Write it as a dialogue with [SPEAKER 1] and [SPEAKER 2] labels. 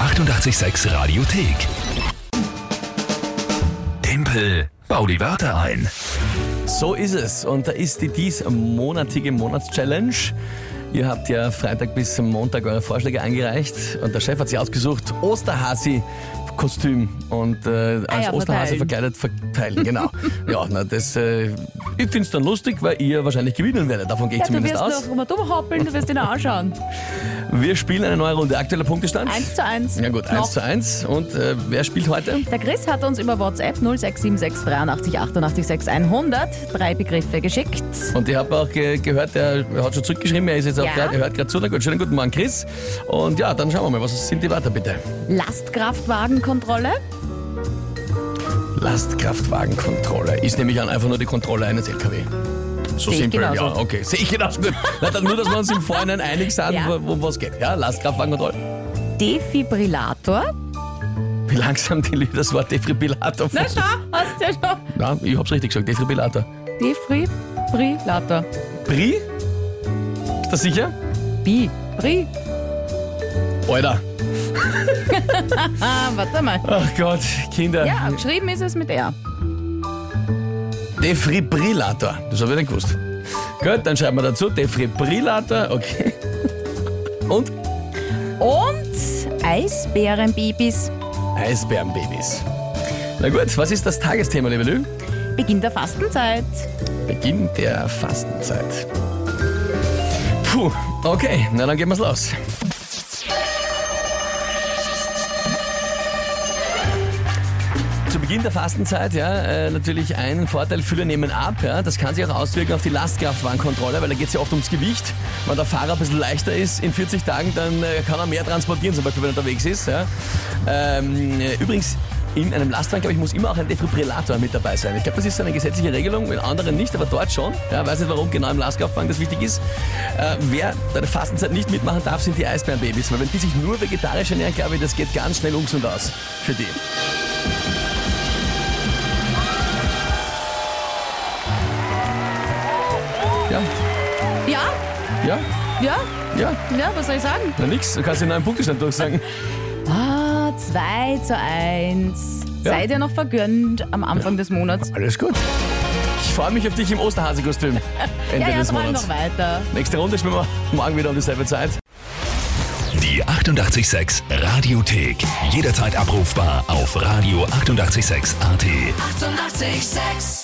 [SPEAKER 1] 886 Radiothek. Tempel, bau die Wörter ein.
[SPEAKER 2] So ist es. Und da ist die diesmonatige Monatschallenge. Ihr habt ja Freitag bis Montag eure Vorschläge eingereicht und der Chef hat sich ausgesucht, Osterhasi. Kostüm und äh, als
[SPEAKER 3] Eier
[SPEAKER 2] Osterhase
[SPEAKER 3] Ah verteilen.
[SPEAKER 2] verkleidet verteilen, genau. ja, na, das, äh, ich finde es dann lustig, weil ihr wahrscheinlich gewinnen werdet. Davon gehe ich
[SPEAKER 3] Ja, du
[SPEAKER 2] zumindest
[SPEAKER 3] wirst
[SPEAKER 2] aus.
[SPEAKER 3] noch rum und umhoppeln, du wirst ihn anschauen.
[SPEAKER 2] Wir spielen eine neue Runde. Aktueller Punktestand?
[SPEAKER 3] Eins zu eins.
[SPEAKER 2] Ja gut,
[SPEAKER 3] Noch.
[SPEAKER 2] 1 zu 1. Und äh, wer spielt heute?
[SPEAKER 3] Der Chris hat uns über WhatsApp 0676 83 88 6100 drei Begriffe geschickt.
[SPEAKER 2] Und ich habe auch ge gehört, er hat schon zurückgeschrieben, er ist jetzt auch
[SPEAKER 3] Ja.
[SPEAKER 2] gerade, er hört gerade zu. Na gut, schönen guten Morgen, Chris. Und ja, dann schauen wir mal, was sind die Wörter bitte?
[SPEAKER 3] Lastkraftwagenkontrolle,
[SPEAKER 2] Lastkraftwagenkontrolle ist nämlich an einfach nur die Kontrolle eines LKW. So
[SPEAKER 3] Sehe ich
[SPEAKER 2] simpel,
[SPEAKER 3] genauso.
[SPEAKER 2] ja, okay. Sehe ich genauso gut. Na, dann nur, dass wir uns im Vorhinein einig sind,
[SPEAKER 3] Ja.
[SPEAKER 2] wo- um was geht. Ja, Lastkraftwagenkontrolle.
[SPEAKER 3] Defibrillator.
[SPEAKER 2] Wie langsam die Lieder das Wort Defibrillator
[SPEAKER 3] Na
[SPEAKER 2] vor-
[SPEAKER 3] schau, hast du ja schon.
[SPEAKER 2] Na, ich hab's richtig gesagt, Defibrillator.
[SPEAKER 3] Defibrillator.
[SPEAKER 2] Bri? Ist das sicher?
[SPEAKER 3] Bi. Bri.
[SPEAKER 2] Alter.
[SPEAKER 3] Ah, warte mal.
[SPEAKER 2] Ach Gott, Kinder.
[SPEAKER 3] Ja, geschrieben ist es mit R.
[SPEAKER 2] Defibrillator. Das habe ich nicht gewusst. Gut, dann schreiben wir dazu Defibrillator. Okay. Und
[SPEAKER 3] Und Eisbärenbabys.
[SPEAKER 2] Eisbärenbabys. Na gut, was ist das Tagesthema, liebe Lü?
[SPEAKER 3] Beginn der Fastenzeit.
[SPEAKER 2] Beginn der Fastenzeit. Puh, okay, na dann gehen wir's los. Zu Beginn der Fastenzeit, ja, äh, natürlich einen Vorteil, Füller nehmen ab. Ja, das kann sich auch auswirken auf die Lastkraftwagenkontrolle, weil da geht's ja oft ums Gewicht. Wenn der Fahrer ein bisschen leichter ist in 40 Tagen, dann äh, kann er mehr transportieren, zum Beispiel, wenn er unterwegs ist. Ja. Ähm, äh, übrigens, in einem Lastwagen, glaube ich, muss immer auch ein Defibrillator mit dabei sein. Ich glaube, das ist so eine gesetzliche Regelung, in anderen nicht, aber dort schon. Ja, weiß nicht, warum genau im Lastkraftwagen das wichtig ist. Äh, wer bei der Fastenzeit nicht mitmachen darf, sind die Eisbärenbabys, weil wenn die sich nur vegetarisch ernähren, glaube ich, das geht ganz schnell ungesund aus für die. Ja,
[SPEAKER 3] Ja,
[SPEAKER 2] ja,
[SPEAKER 3] ja,
[SPEAKER 2] ja,
[SPEAKER 3] ja, was soll ich sagen?
[SPEAKER 2] na nix, du kannst den neuen Punktestand durchsagen.
[SPEAKER 3] Ah, 2 zu 1.
[SPEAKER 2] Ja.
[SPEAKER 3] Seid ihr noch vergönnt am Anfang des Monats?
[SPEAKER 2] Alles gut. Ich freue mich auf dich im Osterhase-Kostüm. Ende
[SPEAKER 3] Ja, ja,
[SPEAKER 2] des
[SPEAKER 3] fragen
[SPEAKER 2] Monats.
[SPEAKER 3] noch weiter.
[SPEAKER 2] Nächste Runde spielen wir morgen wieder um dieselbe Zeit.
[SPEAKER 1] Die 886 Radiothek. Jederzeit abrufbar auf radio886.at. 886!
[SPEAKER 4] 886